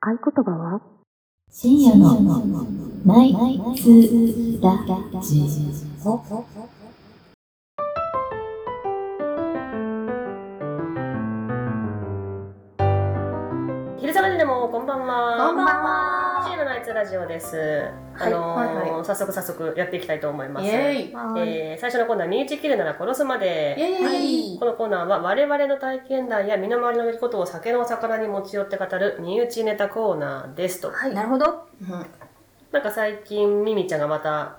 合言葉は深夜のナイツラジオ。昼下がりでもこんばんは。こんばんはシームナイツラジオです。はいあのーはいは早速早速やっていきたいと思います。イェえー最初のコーナー身内切るなら殺すまイで。ェイこのコーナーは我々の体験談や身の回りの出来事を酒のお魚に持ち寄って語る身内ネタコーナーですと。なるほど。なんか最近ミミちゃんがまた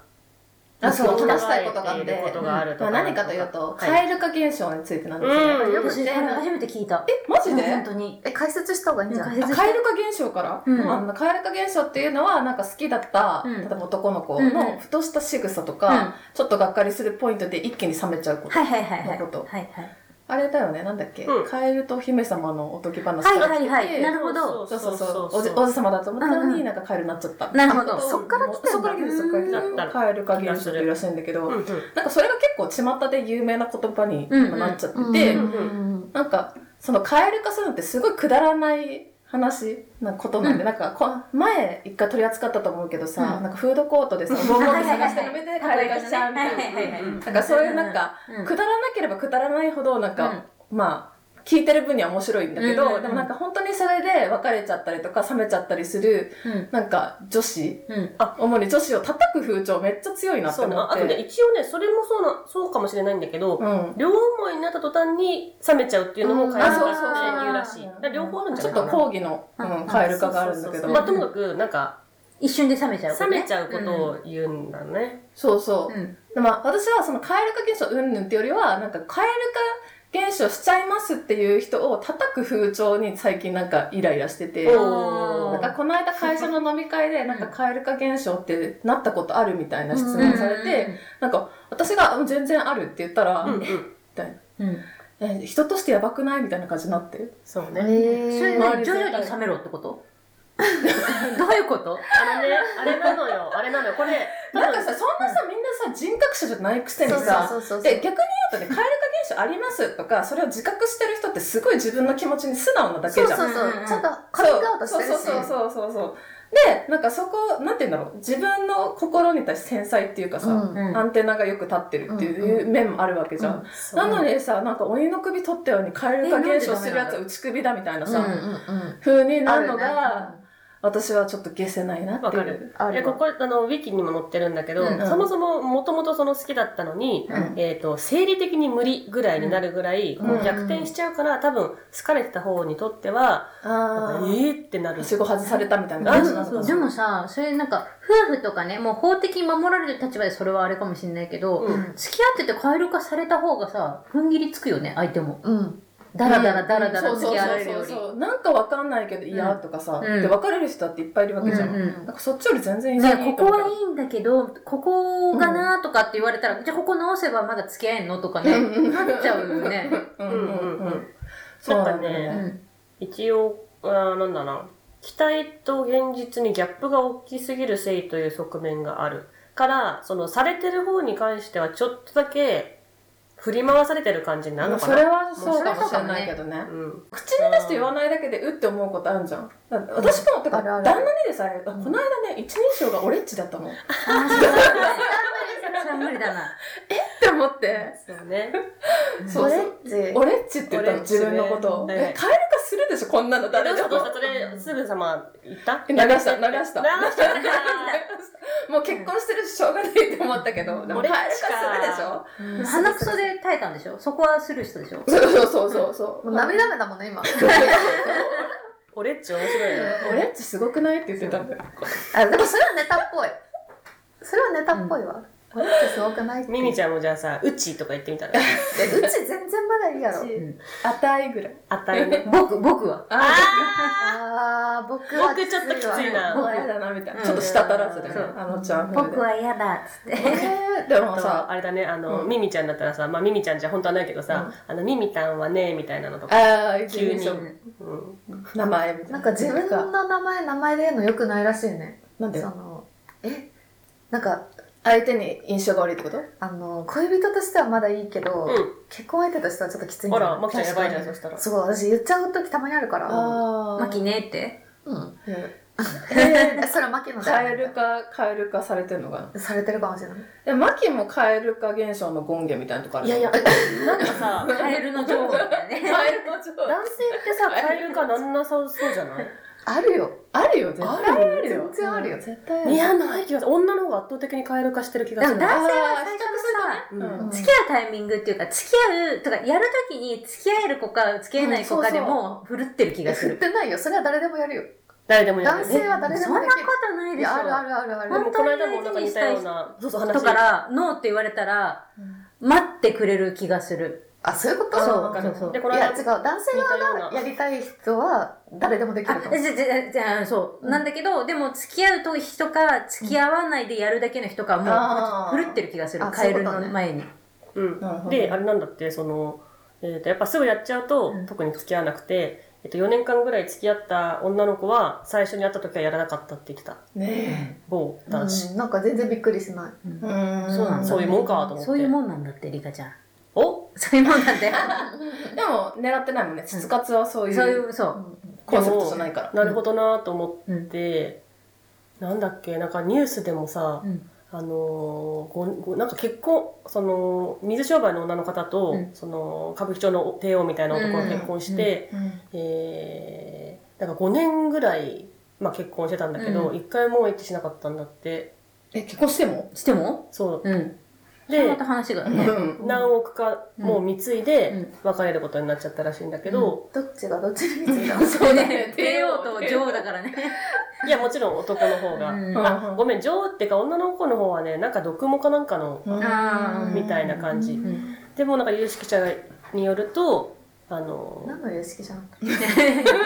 あ、そう、息子と話したいことがあって。考えていることがあるとまかあ、何かというと、はい蛙化現象についてなんですようんね。よく私、これ初めて聞いた。え、マジで本当に。え、解説した方がいいんじゃないあ蛙化現象から、うんあの蛙化現象っていうのはなんか好きだった、うん例えば男の子うんうんのふとした仕草とうんか、ちょっとがっかりするポイントで一気に冷めちゃうこと、はいはいはいはい。のことはいはい。あれだよねなんだっけ、うんカエルと姫様のおとぎ話はいからはいは来い。てなるほど。そうそうそそううそうそうおじ王子様だと思ったのに、うんうんなんかカエルになっちゃったなるほどそうそっから来てんだそっから来てるそっから来てうんだっるたカエル化現象っていうらしいんだけど、うんうんなんかそれが結構巷で有名な言葉にうんうんなっちゃってて、うんなんかその蛙化するのってすごいくだらない話なことなんで、なんかこ前一回取り扱ったと思うけどさ、うんなんかフードコートでさボンボンで探してる目ではい蛙化しちゃうみたいな。はいはいはいなんかそういうなんか、うんくだらなければくだらないほどなんか、まあ聞いてる分には面白いんだけうど、んうんうんでもなんか本当にそれで別れちゃったりとか冷めちゃったりするうんなんか女子うん。主に女子を叩く風潮めっちゃ強いなってそう思なっあとねて。一応ねそれもそうなそうかもしれないんだけど、うん両思いになった途端に冷めちゃうっていうのもうんカエル化あそうそうそうっていうらしい。だから両方あるんじゃちょなっいかとな。講義の、うん、カエル化があるんだけそどうそうそうまあともかくなんか一瞬で冷めちゃうこと冷ね。めちゃうことを言うんだね。そうそうう、ん。でまあ私はそのカエル化現象うんぬんっていうよりはなんかカエル化現象しちゃいますっていう人を叩く風潮に最近なんかイライラしてておーなんかこの間会社の飲み会でなんかカエル化現象ってなったことあるみたいな質問されて、なんか私がうん全然あるって言ったら、うんうん。うん。うん。え人としてやばくないみたいな感じになってそうえね。そーれね徐々に冷めろってことどういうことあれねあれなのよあれなのよこれ。なんかさそんなさみんなさ人格者じゃないくせにそさうそうそうそう。で逆に言うとね、カエル化現象ありますとか、それを自覚してる人ってすごい自分の気持ちに素直なだそけうじそゃん。うそううんうん。ちゃんとカミングアウトしてるし。そうそうそうそうそうそう。で、なんかそこ、なんて言うんだろう、自分の心に対して繊細っていうかさ、うんうんアンテナがよく立ってるっていう面もあるわけじゃん。なのにさ、なんか鬼の首取ったようにカエル化現象するやつは内首だみたいなうんさ、うんうん。風になるのあるが、私はちょっと消せないなっていわかるう。あえるここあのウィキにも載ってるんだけど、うんうんそもそももともとその好きだったのに、うんえっと生理的に無理ぐらいになるぐらい、うんこう逆転しちゃうから多分好かれてた方にとっては、なんあかえー。ーってなるはしご外されたみたいなあ感でじなのかもなでもさ、それなんか、夫婦とかね、もう法的に守られる立場でそれはあれかもしれないけど、うん付き合っててカエル化された方がさ、踏ん切りつくよね、相手も。うん。だらだらだらだらそうそ付うき合わそうれるより。そうそうなんかわかんないけど嫌とかさ、うんで別れる人だっていっぱいいるわけじゃん、うんうんなんかそっちより全然いねないここはいいんだけど、ここがなーとかって言われたら、じゃあここ直せばまだ付き合えんのとかね、なっちゃうよ ね。うんううんんううんうんうんんなそんうかなんだうよねねん。一応あなんだな期待と現実にギャップが大きすぎる性という側面があるからそのされてる方に関してはちょっとだけ振り回されてる感じになるのかそなれはそうかもしれないけどねうん口に出して言わないだけでうって思うことあるじゃんだって私もだかあるあらる旦那にでさえあこの間ね一人称がオレっちだったのっあーそれは無理だな。て思ってそうねそうそうレッジオレっちって言ったのオレっちね自分のことを、はいえカエル化するでしょこんなの誰でもどうしたどうしたそれすぐさま言った流した流した流した流しもう結婚してるししょうがないって思ったけど、でも俺帰っるちかかするでしょ鼻くそで耐えたんでしょそこはスルーしたでしょそうそうそうそう。もう涙目だもんね、今。俺っち面白いね俺っちすごくないって言ってたんだよ。あ、でもそれはネタっぽい。それはネタっぽいわ。これってすごくないって。ミミちゃんもじゃあさ「うち」とか言ってみたらうち全然まだいいやろ。あたいぐらい。あたいね僕、僕は。ああー、僕は僕ちょっときついわなもう嫌だなみたいな。うんちょっとしたたらずでねそう、あのちゃん風で僕。は嫌だっつって。えーでもあとはさ、あれだねあの、うんミミちゃんだったらさ、まあ、ミミちゃんじゃ本当はないけどさ「あのミミたんはね」みたいなのとか、あー急にそううん、名前みたいな。なんか自分なんかの名前、名前で言うの良くないらしいね。なんそでの、え、なんか、相手に印象が悪いってことあの、恋人としてはまだいいけど、うん結婚相手としてはちょっときついんあだよらマキちゃんやばいじゃんそしたらそう、私言っちゃう時たまにあるから。あマキねって。うん。ええ、それは牧野ーだよ。蛙化、蛙化されてんのかなされてるかもしれない。え、マキも蛙化現象の権限みたいなとこあるい やいや、カなんかさ、カエルの女王みたい なね。エルの女王男性ってさ、カエルかなんなさそうじゃないあるよ。あるよ、絶対あるよ。全然あるよ。絶対ある。いや、ない気がする。女の方が圧倒的にカエル化してる気がする。でも男性はあー最初うのんうんうん付き合うタイミングっていうか、付き合うとか、やるときに付き合える子か付き合えない子かでも、振るってる気がす振っる。てないよ。それは誰でもやるよ。誰でもや男る、性ね。は誰でそんもなでこきる。とないいでしょ。や、あるあるあるあでる。もこの間もなんか似たような、そうそう話とから、ノーって言われたら、待ってくれる気がする。あ、そういうことそうそうわかそうそうる。で、こいのや、間違う。男性似たようながやりたい人は誰でもできあると、思う。じゃ、じゃ、じゃ、そう。なんだけど、でも付き合うと人か、付き合わないでやるだけの人か、あもーう、振るってる気がする。あカエルそういうことのね前に。うんなるほどであれなんだってその、えー、とやっぱすぐやっちゃうと、うん特に付き合わなくて、えー、と4年間ぐらい付き合った女の子は最初に会った時はやらなかったって言ってたね某男子、うん、なんか全然びっくりしない。え。うんそうなんだそういうもんかと思ってそういうもんなんだって、リカちゃん。 おそういうもんなんだよ。でも、狙ってないもんね。質活はそういそういうう、そう。コンセプトじゃないから。なるほどなと思うっん。て、なんだっけなんかニュースでもさ、うんあのーごごなんか結婚その水商売の女の方と、うんその歌舞伎町の帝王みたいな男が結婚して、うんえーなんか5年ぐらい、まあ、結婚してたんだけど、う一回もエッチしなかったんだってえ、結婚してもしてもそううん。で、までた話がうね。ん。何億かもう貢いうでん別れることになっちゃったらしいんだけど、どっちがどっちに見つけたそうねね。 帝王と女王だからね。いやもちろん男の方が、うんあごめん女王ってか女の子の方はねなんか毒もかなんかのあーみたいな感じ、んでもなんか有識者によるとあの何の様式じゃん。 そ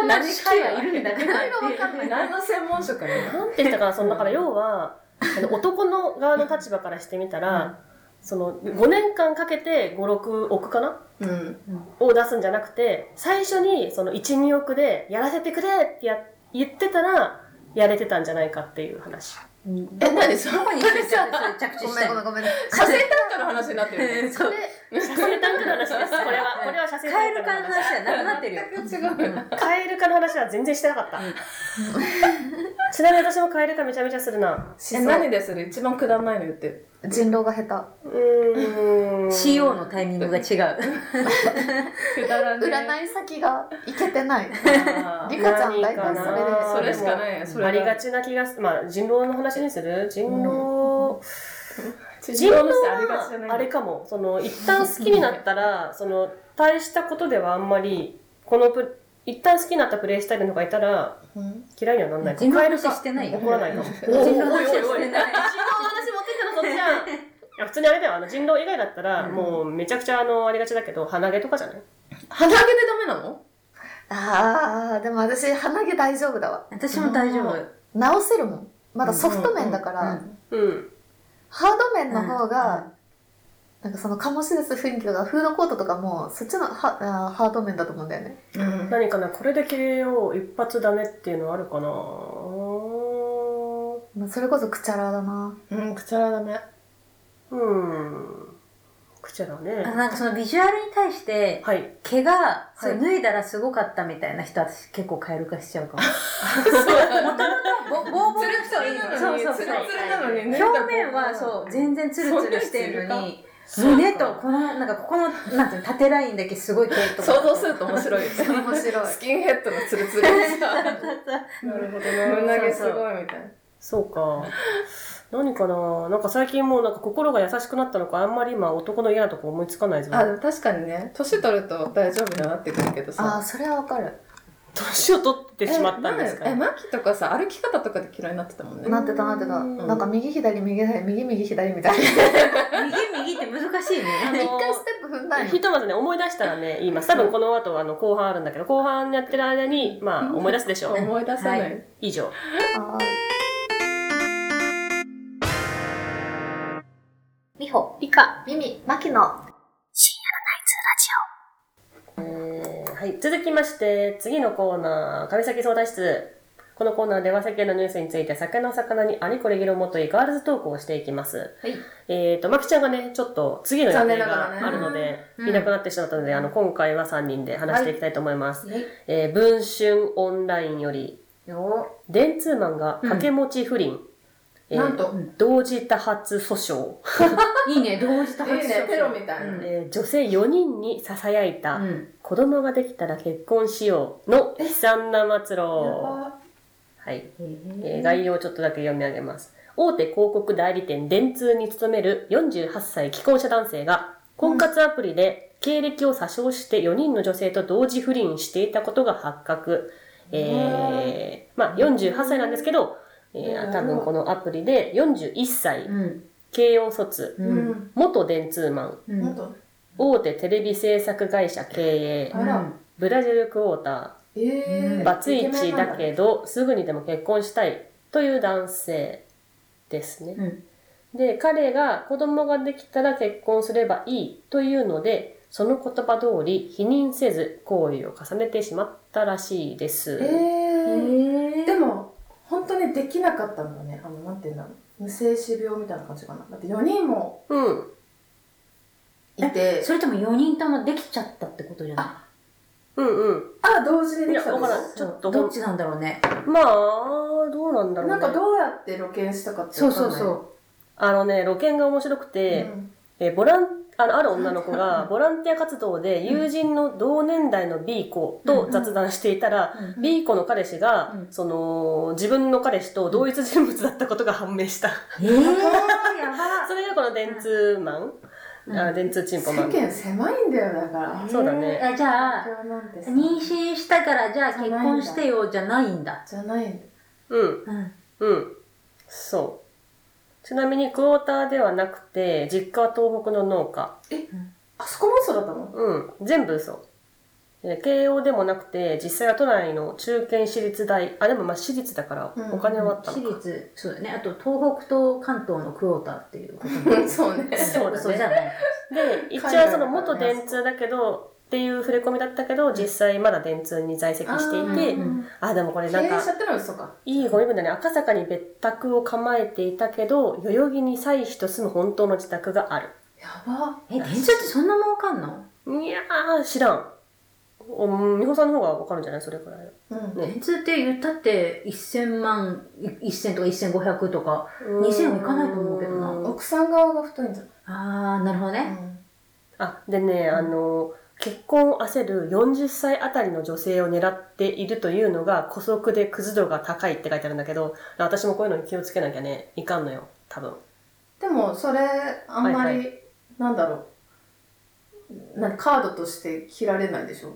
この機会はいるんだから。何がわかんない。何の専門職やねなんて言ったかなそのだから要はあの男の側の立場からしてみたら、その5年間かけて56億かなうん。を出すんじゃなくて最初にその12億でやらせてくれってや言ってたらやれてたんじゃないかっていう話 え、何そどのこに着地着地ごしめんたごめのんごめん。火星探査の話になってるね。そう。射精タンクの話ですこれはこれは射精カタエンクルの化の話話はなくなってるよ。全く違う。カエル化の話は全然してなかった、ちなみに私もカエル化めちゃめちゃするなえ、何でする一番くだらないの言って。人狼が下うーん CO のタイミングが違う。くだら手。占い先がいけてない。あーリカちゃん大体何かなそれでそれしかでもないよ。それありがちな気がすまあ人狼の話にする人狼、ち人狼ありがちじはゃないあれかもその一旦好きになったらその大したことではあんまりこのプ一旦好きになったプレイスタイルのがいたらうん嫌いにはなんない人狼の話カエル化してないよ怒らないかも人狼の話はしてない。私持ってきたのそっちじゃんいや普通にあれだよあの人狼以外だったら、もうめちゃくちゃあのありがちだけど鼻毛とかじゃない鼻毛でダメなのあー、でも私、鼻毛大丈夫だわ。私も大丈夫。直せるもん。まだソフト面だから、うんうんうんハード面の方が、なんかその醸し出す雰囲気とか、フードコートとかも、そっちのはあーハード面だと思うんだよね。うん。何かなこれで切れよう一発ダメっていうのあるかなまあそれこそクチャラだな。うん、くちゃらダメ。うんくちゃだあのねなんかそのビジュアルに対して、はい毛が、はいそう脱いだらすごかったみたいな人は私結構カエル化しちゃうかも。 もともと、ボーボーの人はいいの。そうそうツそルうツ。ルなのにね。表面はそう、全然ツルツルしてるのに、胸とこの、なんかここの、なんていうの、縦ラインだけすごい毛とか。想像すると面白いよ。面白い。 スキンヘッドのツルツルさ、なるほどな胸毛すごいみたいな。そうか何かななんか最近もうなんか心が優しくなったのかあんまり今男の嫌なとこ思いつかないぞ あ、でも確かにね、年取ると大丈夫にはなってくるけどあさあ、。それはわかる。年を取ってしまったんですかえ、マキとかさ、歩き方とかで嫌いになってたもんね。なってたなってた。うんなんか右左右左右右左みたいな。右右って難しいあね。の一回ステップ踏んだんよひ。とまずね思い出したらね言います多分この後あの後半あるんだけど後半やってる間にまあ思い出すでしょう思い出さない。は以上あみほ。ーリカ、ミミ、マキノ。はい続きまして次のコーナー上崎相談室このコーナーでは世間のニュースについて酒の魚にありこれ議論もといガールズトークをしていきます。はい。えっ、と、まきちゃんがね、ちょっと次の予残定念ながらねがあるので、うんいなくなってしまったので、あの、今回は3人で話していきたいと思います。はいえー文春オンラインより、よ電通マンが掛け持ち不倫、えーなんと、同時多発訴訟、いいね、同時多いい発ね症テロみたいな、うんえー女性4人に囁いた、うん。子供ができたら結婚しようの悲惨な末路。はい。えー概要をちょっとだけ読み上げます。大手広告代理店電通に勤める48歳既婚者男性が、婚活アプリで経歴を詐称して4人の女性と同時不倫していたことが発覚。えー、まあ48歳なんですけど、えー、多分このアプリで41歳、うん。慶応卒、う。うんん元電通マン、うん。なんと大手テレビ制作会社経営、あらブラジルクォータえうー、んバツイチだどけど、すぐにでも結婚したいという男性ですね。うんで、彼が子供ができたら結婚すればいいというので、その言葉通り否認せず行為を重ねてしまったらしいです。ええー、ーでも本当にできなかったんだねあのなんていうんだろう無精子病みたいな感じかなだって4人もうん。いてそれとも4人ともできちゃったってことじゃなうんあ同時にうん。いでや、きたわんでからすん。ちょっいとほどんっ、ちなんだろうね。まあ、どうなんだろうなね。んかどうやって露見したかってそわうかんそうないそあのね、露見が面白くうて、んえーボランあのある女の子がボランティア活動で友人の同年代の B 子と雑談していたら、う。うん B 子の彼氏が、うんその自分の彼氏と同一人物だったことが判明した、 えー、やばそれがこの電通マン、うんあ電通チンポマ世ン間狭いんだよだ からそうだねあじゃあ、東京なんてさ妊娠したからじゃあ結婚してよじゃないんだ。じゃないうんうん。うんそうちなみにクォーターではなくて実家は東北の農家あそこもそうだったのうん全部嘘えー慶応でもなくて実際は都内の中堅私立大あでもまあ私立だからうんお金はあったの私か、立、そうだね。あと東北と関東のクォーターっていうことうんそう ねそうだね嘘じゃない。で一応その元電通だけどっていう触れ込みだったけど実際まだ電通に在籍していてうんうんあでもこれ経なん営者かってのは嘘かいいご身分だね赤坂に別宅を構えていたけど代々木に妻子と住む本当の自宅があるやばえ、電車ってそんな儲かんのいやー知らんお美穂さんの方がわかるんじゃないそれくらいうんね電通って言ったって1000万、い1000とか1500とか。2000はいかないと思うけどなうん奥さん側が太いんじゃあー、なるほどないね。あでねあの結婚を焦る40歳あたりの女性を狙っているというのが姑息でクズ度が高いって書いてあるんだけど私もこういうのに気をつけなきゃねいかんのよ多分でもそれあんまはいはりなんだろうなんかカードとして切られないでしょ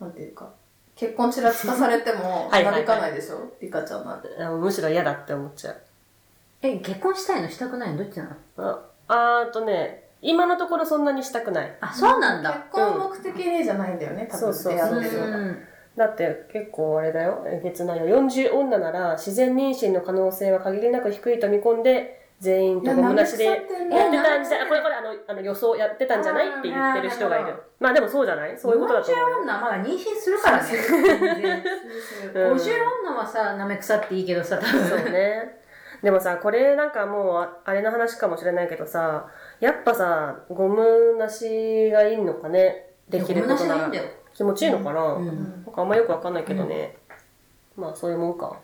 なんていうか結婚ちらつかされてもはいはいはいなびかないでしょリカちゃんなんてあむしろ嫌だって思っちゃうえ、結婚したいのしたくないのどっちなのああーとね今のところそんなにしたくないあ、そうなんだ。結婚を目的にじゃないんだよね多そう分そう出う会んってるのがだって結構あれだよえげつないよ40女なら自然妊娠の可能性は限りなく低いと見込んで全員いとやごむなしでなやびっかてされてんだたんじゃないこれこれあのあの予想やってたんじゃないって言ってる人がいあーなるるまあでもそうじゃないそういうことだと思うよ40女はまだ妊娠する からね。うん50女はさ、なめくさっていいけどさ、多そう分。ね。でもさ、これなんかもうあ、あれの話かもしれないけどさ、やっぱさ、ゴムなしがいいのかね、できるいこやと同じなでいいんらだ。よ。気持ちいいのかな、ううんんなんかあんまよくわかんないけどね。まあ、そういうもんか。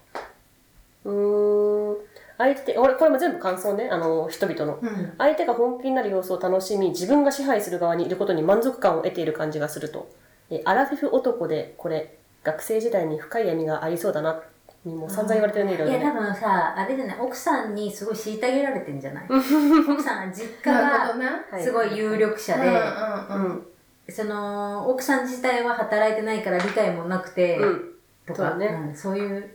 うーん。相手、俺、これも全部感想ね、あの、人々の。うん相手が本気になる様子を楽しみ、自分が支配する側にいることに満足感を得ている感じがすると。えアラフィフ男で、これ、学生時代に深い闇がありそうだな、にも散々言われてるね、いろいいろやね多。分さあれじゃない奥さんにすごい虐げられてんじゃない奥さんは実家なるほどがねはいすごい有力者うんで、うんうんその奥さん自体は働いてないから理解もなくて、うんとそうかだねんそういう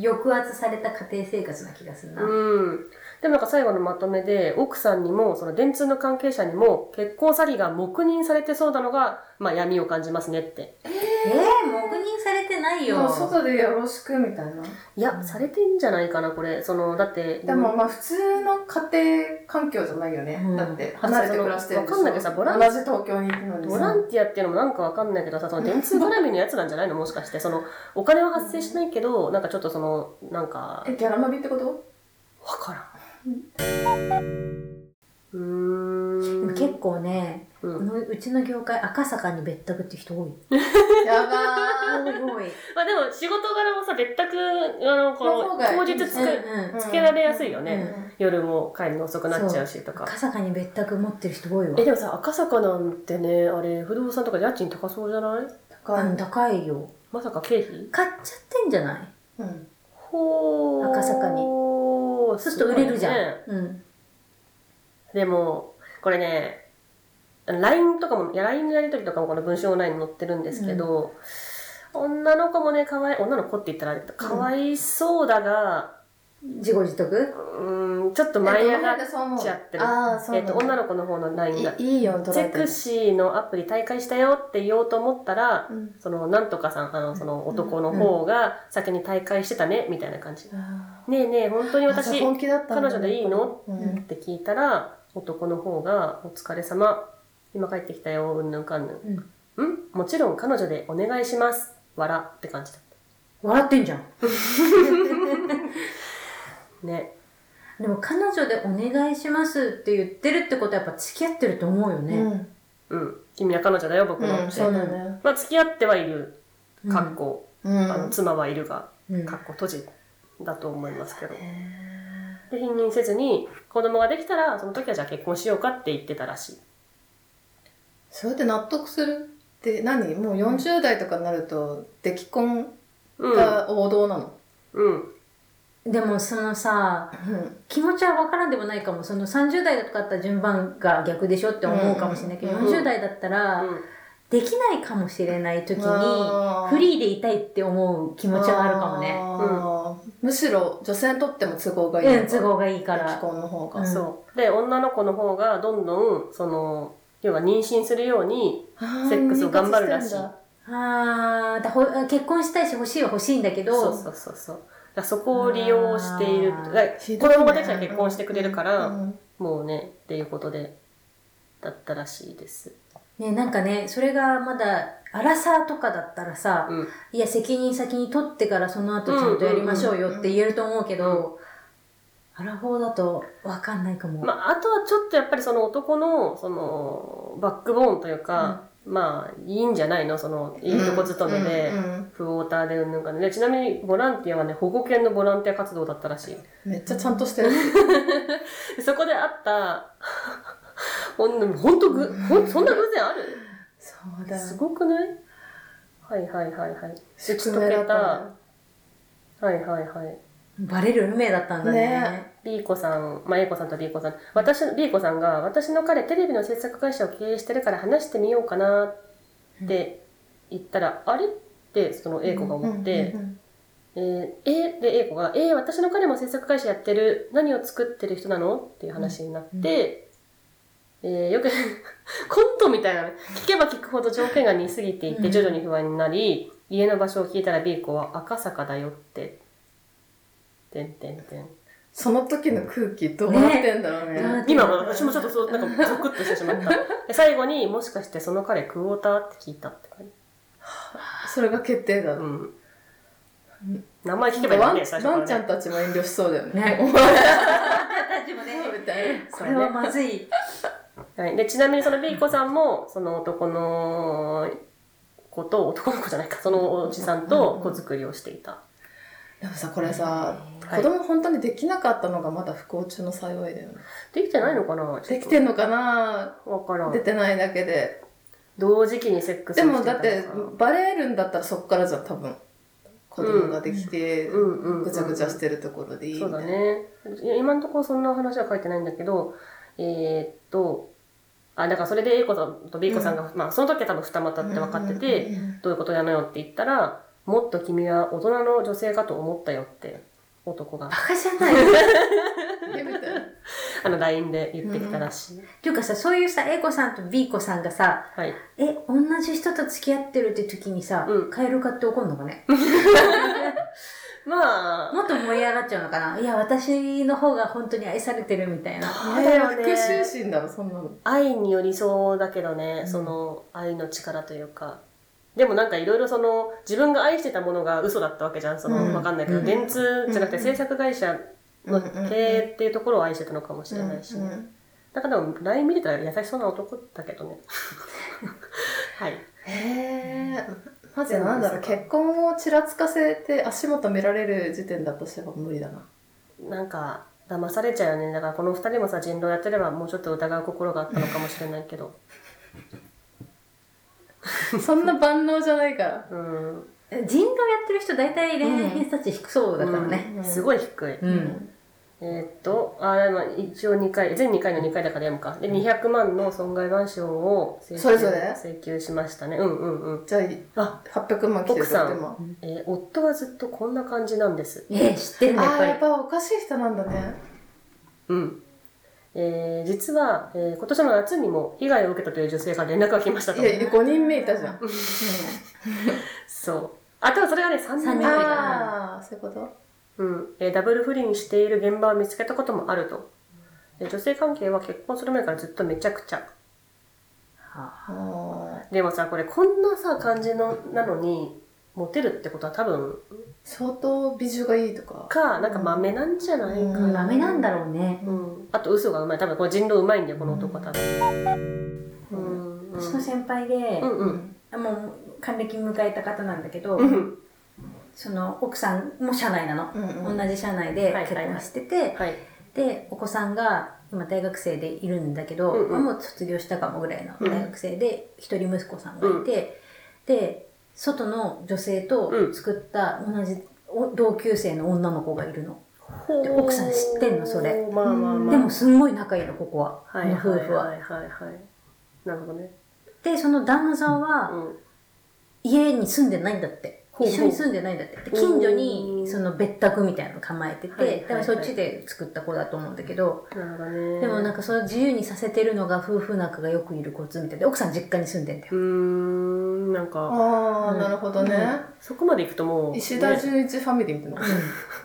抑圧された家庭生活な気がするな、うん、でもなんか最後のまとめで奥さんにもその電通の関係者にも結婚詐欺が黙認されてそうなのが、まあ、闇を感じますねってえー、黙認されてないよ。もう外でよろしくみたいな。いや、されてんじゃないかな、これ。その、だって、でもまあ普通の家庭環境じゃないよね。うんだって離れて暮らしてるわかんないけどさボラン同じ東京に行くのにボラさ。ンティアっていうのもなんかわかんないけどさ、その電通絡みのやつなんじゃないのもしかして。その、お金は発生しないけど、なんかちょっとその、なんか、え、ギャラマビってことわからん。うーん。結構ね、う。うんのうちの業界、赤坂に別宅って人多い。やばー。多い。まあでも仕事柄もさ、別宅、あの、この方の、がいい当日つうんく、うん。つけられやすいようね。ん夜も帰るの遅くなっちゃうしとか。赤坂に別宅持ってる人多いわえ、。でもさ、赤坂なんてね、あれ、不動産とか家賃高そうじゃない高いうん高いよ。まさか経費買っちゃってんじゃないうん。ほ赤坂ににそうすると売れるじゃん。ね、うん。でも、これね、LINE とかも、いや、LINE のやりとりとかもこの文章オンラインに載ってるんですけど、女の子もね、可愛い、女の子って言ったらあれだけど、可愛いそうだが、自業自得うーん、ちょっと舞い上がっちゃってる。ああ、そうえっと、女の子の方の LINE が、いいいよ、ドラセクシーのアプリ大会したよって言おうと思ったら、うんその、なんとかさん、あの、その男の方が先に大会してたね、みたいな感じ。あねえねえ、本当にー私、本気だったんだ彼女でいいのううんんって聞いたら、男の方が、お疲れ様、今帰ってきたよ、うんぬんかんぬん。うん、もちろん彼女でお願いします。笑って感じだっ笑ってんじゃん。た。ね。でも彼女でお願いしますって言ってるってことはやっぱ付き合ってると思うよね。うん。君は彼女だよ、僕のっうん、て。そうだね。まあ、付き合ってはいる。うんかっこ、うあの、ん。妻はいるが、うんかっこ閉じだと思いますけど。で、否認せずに、子供ができたら、その時はじゃあ結婚しようかって言ってたらしい。それって納得するって何もう40代とかになると、出来婚うん。が王道なの。うん。でもそのさ、うん。気持ちは分からんでもないかも。その30代とかだったら順番が逆でしょって思うかもしれないけど、うんうん40代だったら、できないかもしれない時に、あーフリーでいたいって思う気持ちはあるかもね。ね。むしろ女性にとっても都合がいいのか。うん、都合がいいか既ら。婚の方が。うんそう。で、女の子の方がどんどん、その、要は妊娠するように、セックスを頑張るらしいあーだほ結婚したいし欲しいは欲しいんだけど、そうそうそうそう。だからそこを利用している。あーだから子供ができたら結婚してくれるから、もうね、っていうことで、だったらしいです。ね、なんかね、それがまだ、アラサーとかだったらさ、うんいや、責任先に取ってからその後ちゃんとやりましょうよって言えると思うけど、アラフォーだとわかんないかも。まあ、あとはちょっとやっぱりその男の、その、バックボーンというか、まあ、いいんじゃないのその、いいとこ勤めで、うんうんフォーターでうんぬんかね。でちなみに、ボランティアはね、保護犬のボランティア活動だったらしい。めっちゃちゃんとしてる。でそこで会った、 ほんほんとぐ、ほんそんな偶然あるそうだよ。すごくないはいはいはいはい。打ち宿解命け、だったたはいはいはい。バレる運命だったんだね。ねリーコさん、まあ、A 子さんとリーコさん。私、リーコさんが、私の彼、テレビの制作会社を経営してるから話してみようかなって言ったら、あれって、その A 子が思って、うんうんえー、A で A 子が「えー、私の彼も制作会社やってる何を作ってる人なの?」っていう話になって、えーよく コントみたいな聞けば聞くほど条件が似すぎていて徐々に不安になり、家の場所を聞いたら B 子は「赤坂だよ」って。てんてんてんその時の空気どうなってんだろうね。ね今も私もちょっとそうなんかゾクッとしてしま ったで最後にもしかしてその彼クオーターって聞いたって感じそれが決定だうろう。ん名前聞けばいいんだワンね最初かワらンちゃねんたちも遠慮しそうだよね。ねお前たちもねみたいな。これはまずい。はい、でちなみにそのビーコさんもその男の子と男の子じゃないかそのおじさんと子作りをしていた、でもさ、これさ、はい子供本当にできなかったのがまだ不幸中の幸いだよね。できてないのかなできてんののかなわから出んてないだけで。同時期にセックスをでしていもただのっかなて、バレるんだったらそっからじゃん、多分。子供ができて、うんうんうんぐちゃぐちゃしてるところでいいみそたういな。だねいや今のところそんな話は書いてないんだけどえーっとあだからそれで A 子さんと B 子さんが、まあ、その時は多分二股って分かってて、うんうんうんうんどういうことなのよって言ったらもっと君は大人の女性かと思ったよって男がバ。カじゃない。えみたいな。あの、LINE で言ってきたらしい。というかさ、そういうさ、A 子さんと B 子さんがさ、はい。え、同じ人と付き合ってるって時にさ、うんカエル化って怒るのかねまあ、もっと盛り上がっちゃうのかないや、私の方が本当に愛されてるみたいな。ああれれははね復讐心だろ、そんなの。愛によりそうだけどね、うんその愛の力というか。でもなんかいろいろその自分が愛してたものが嘘だったわけじゃん。その、うんわかんないけど、うん電通じゃなくて制作会社のうんうんうん経営っていうところを愛してたのかもしれないしね。うんなんかでも LINE 見てたら優しそうな男だけどね。 はい。へえ。マじゃあなんだろう、結婚をちらつかせて足元見られる時点だとしては無理 だな。なんか騙されちゃうよねだからこの二人もさ人狼やってればもうちょっと疑う心があったのかもしれないけどそんな万能じゃないから。うん人狼やってる人大体恋愛偏差値低そうだからね。うんすごい低い、うん。えーっとあでも一応2回全2回の2回だからやむかで200万の損害賠償を請求それぞれ請求しましたねうんうんうんじゃああ、800万来てるとしても。えー夫はずっとこんな感じなんですええ知ってるんだ、あやっあー、ぱりやっ。ぱおかしい人なんだね。うんえー実は、えー今年の夏にも被害を受けたという女性から連絡が来ましたといや、5人目いたじゃん。そうあでもそれがね3人目三人目ああ、そういうことうんえーダブル不倫している現場を見つけたこともあると。で女性関係は結婚する前からずっとめちゃくちゃ。はああーでもさ、これこんなさ、感じの、なのに、モテるってことは多分、相当美女がいいとか。か、なんか豆なんじゃないかうんな。ダメなんだろうね。うん。あと嘘がうまい。多分これ人狼うまいんだよ、この男は多分。うん。うん私の先輩でう、んうん。もう還暦迎えた方なんだけど、うんその奥さんも社内なの。うんうん同じ社内で結婚してて、はい。でお子さんが今大学生でいるんだけど、うんうんもう卒業したかもぐらいの大学生で一人息子さんがいて、で外の女性と作った同じお同級生の女の子がいるの、で奥さん知ってんのそれ。まあまあまあ。でもすんごい仲いいのここは、はいはいこの夫婦は、はいはいはい。なるほどね。でその旦那さんうはん。家に住んでないんだって、ほうほう一緒に住んでないんだってで近所にその別宅みたいなの構えてて、はいはいはいでもそっちで作った子だと思うんだけど、なるほどね。でもなんかその自由にさせてるのが夫婦仲がよくいるコツみたいで奥さん実家に住んでんだうよーん、なんか。ああ、なるほどね。そこまで行くともう、石田ね純一ファミリーみたいな。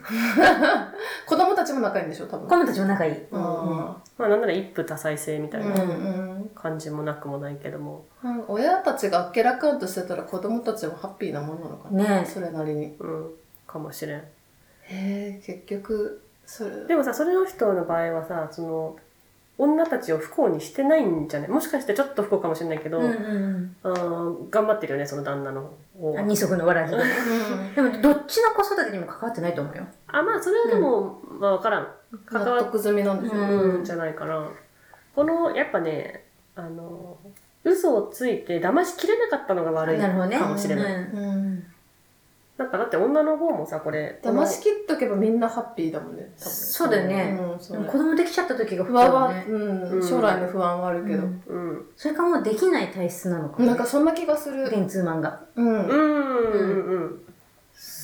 子供たちも仲いいんでしょ、多子分。供たちも仲いい、あまあなんなら一夫多妻制みたーいうなんうん感じもなくもないけども、うん親たちがあっけらかんとしてたら子供たちもハッピーなもんなのかな、ねえそれなりにうん、かもしれん。へえ結局それでもさ、それの人の場合はさ、その、女たちを不幸にしてないんじゃないもしかしてちょっと不幸かもしれないけど、うんうんあー頑張ってるよね、その旦那の方うんあは。二足のわらじでもどっちの子育てにも関わってないと思うよあ、まあそれはでも、まあわからん。関わ納っ得済みなんでしうょ、んうん、じゃないかな。この、やっぱね、あの、嘘をついて騙しきれなかったのが悪いなるほどねかもしれない。うんうんなんかだって女の方もさ、これ、騙し切っとけばみんなハッピーだもんね多分そうだよね、うんそでうも子供できちゃった時が不不安安だは、ね、ううんん、将来の不安はあるけど、うんうん、それかもうできない体質なのかもなんかそんな気がする、電通マンがうんうんうんうん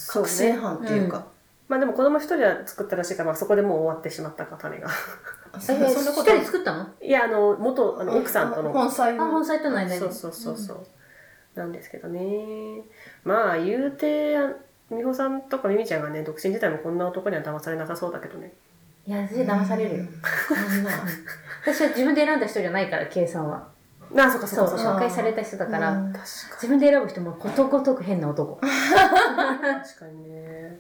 確信犯っていうか、まあでも子供一人は作ったらしいから、まあ、そこでもう終わってしまったか種が そえそんな一こと人作ったのいやあの元あの奥さんとの本妻あ本の妻との間にそうそうそうそう、なんですけどねまあ言うて美穂さんとかみみちゃんがね独身時代もこんな男には騙されなさそうだけどねいやそれ騙されるよ、そんな私は自分で選んだ人じゃないから計算はなあそっかそそっうかそっか紹介された人だから、うん自分で選ぶ人もことごとく変な男確かにね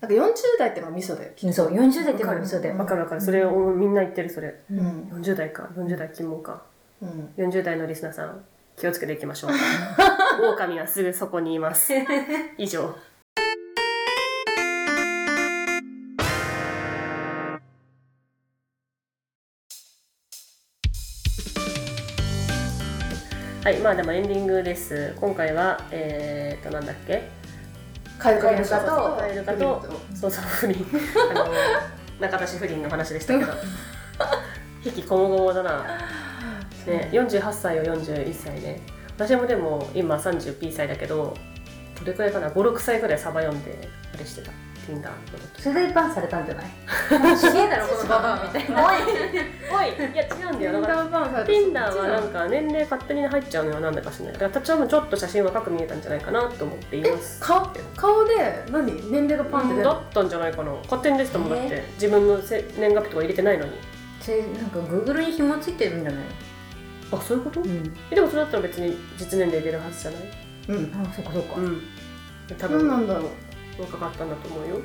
なんか40代ってのはミソだよきっそう、40代って言えばそうだよ。わかるわかるそれをみんな言ってるそれとうん40代か40代勤務かうん40代のリスナーさん気をつけていきましょう狼はすぐそこにい ます以上はいまあでもエンディングです今回はえー、っとなんだっけカエルカエルカとカエルカとそうそう不倫あの中田氏不倫の話でしたけ ど引きこもごもだなね、48歳を41歳ね私もでも今 30P 歳だけどどれくらいかな56歳ぐらいサバ読んであれしてたキンだってことそれでバンされたんじゃないすげえだろ、このバ バアみたいな。おいいや違うんだよだからーバンされた Tinder はなんか年齢勝手に入っちゃうのはなんでかしらないだから私はもうちょっと写真若く見えたんじゃないかなと思っています顔顔で何年齢がパンって出るだったんじゃないかな勝手にでしたもんだって自分の生年月日とか入れてないのにそれなんか Google に紐ついてるんじゃないあそういうことうんえでもそれだったら別に実年齢出るはずじゃないあそっかそっか、うん多何分なんだろう若かったんだと思うよ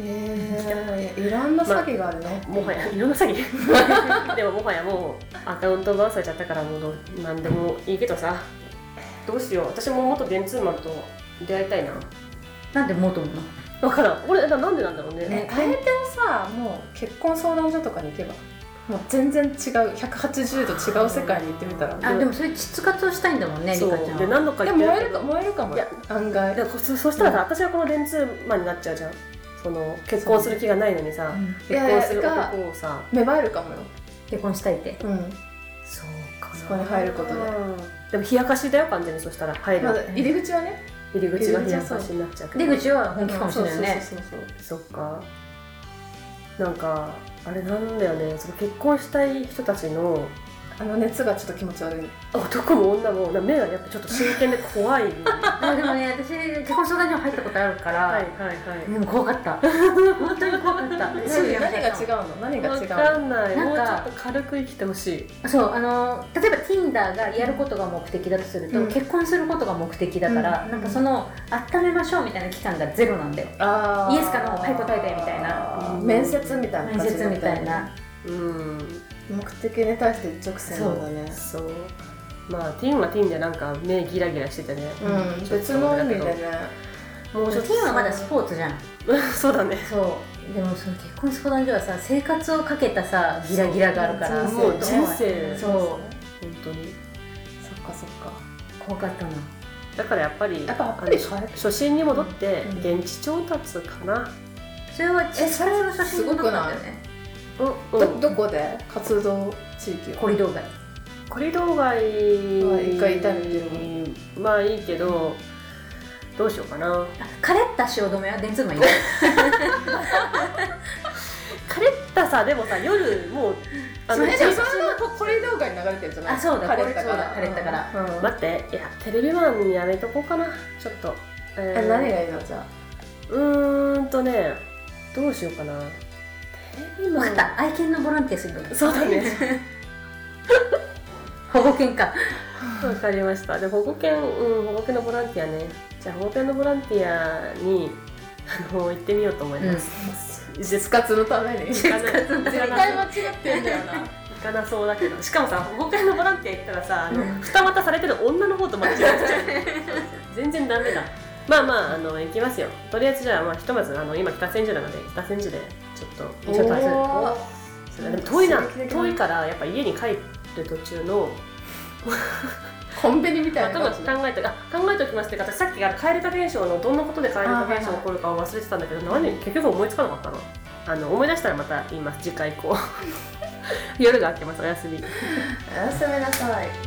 えー、いろんな詐欺があるね、もはやいろんな詐欺 でももはやもうアカウントバーされちゃったからもうど何でもいいけどさどうしよう私も元電通マンと出会いたいななんで元もなだからん俺だからなんでなんだろうねね相手をさもう結婚相談所とかに行けばもう全然違う180度違う世界に行ってみたらあでもそれ実活をしたいんだもんねリそうカちゃんでは何度かで言もって燃えけるどか燃えるかもいや案外でもそそしたらさ、私はこの電通マンになっちゃうじゃんその結婚する気がないのにさ、うんい結やい婚やする男をさ芽生えるかもよ結婚したいってうんそうかそこに入ることででも冷やかしだよ完全にそしたら入る、まだ入り口はね入り口が冷やかしになっちゃうけ出ど口は本気かもしれないね、そうそうそうそうそっかなんかあれなんだよねその結婚したい人たちのあの熱がちょっと気持ち悪い男も女もな目がやっぱちょっと真剣で怖い はいあでもね私結婚相談所入ったことあるから、はいでも怖かった本当に怖かった何が違うの何が違分うのかんないなんかもうちょっと軽く生きてほしいそうあの例えば Tinder がやることが目的だとすると、うん結婚することが目的だから、うんなんかその温めましょうみたいな期間がゼロなんだよあーイエスかノーはい答えてみたいなうん面接みたいな面感じ接みたいなうん目的に対して一直線なんだねそうまあティンはティンでなんか目ギラギラしててねうんちょっと別の意味でねもうちょっと Tinder はまだスポーツじゃん そうだねそうでもその結婚相談所はさ生活をかけたさギラギラがあるからそうもう人生そう本当にそっかそっか怖かったなだからやっぱりやっぱやっあぱのり変える初心に戻ってうん現地調達かな、それはえそれの写真も撮ったんだよねうんうんどどこで活動地域コをリドー街コリドー街は一回行ったんだけどまあいいけどどうしようかなあカレッタ汐留は電通マ ンいるカレッタさでもさ夜もうあそのれじゃあそ中心れがこれ動画に流れてるんじゃないあそうだ枯れこれたか、そうだ枯れたからうん待っていやテレビマンやめとこうかなちょっと、ええ何がいいのじゃうーんとねどうしようかなテレビ分マかンった愛犬のボランティアするのそうだね保護犬かわかりました。で保護犬、うん、保護犬のボランティアね。じゃあ保護犬のボランティアにあの行ってみようと思います。あ死活のため に行かない絶行か対な間違ってん だよな行かなそうだけど。しかもさ保護犬のボランティア行ったらさあの二股されてる女の方と間違えち ゃう。全然ダメだ。まあまああの行きますよ。とりあえずじゃあまあひとまずあの今北千住なので北千住でちょっと飲食おーする。でも遠いな刺激的な遠いからやっぱ家に帰る途中のコンビニみたまいたまな考感じだえてあ考えておきますって方さっきあの蛙化現象のどんなことで蛙化現象が起こるかを忘れてたんだけど、何結局思いつかなかったのあの思い出したらま た言います次回以降夜が明けますおやすみおやすみなさい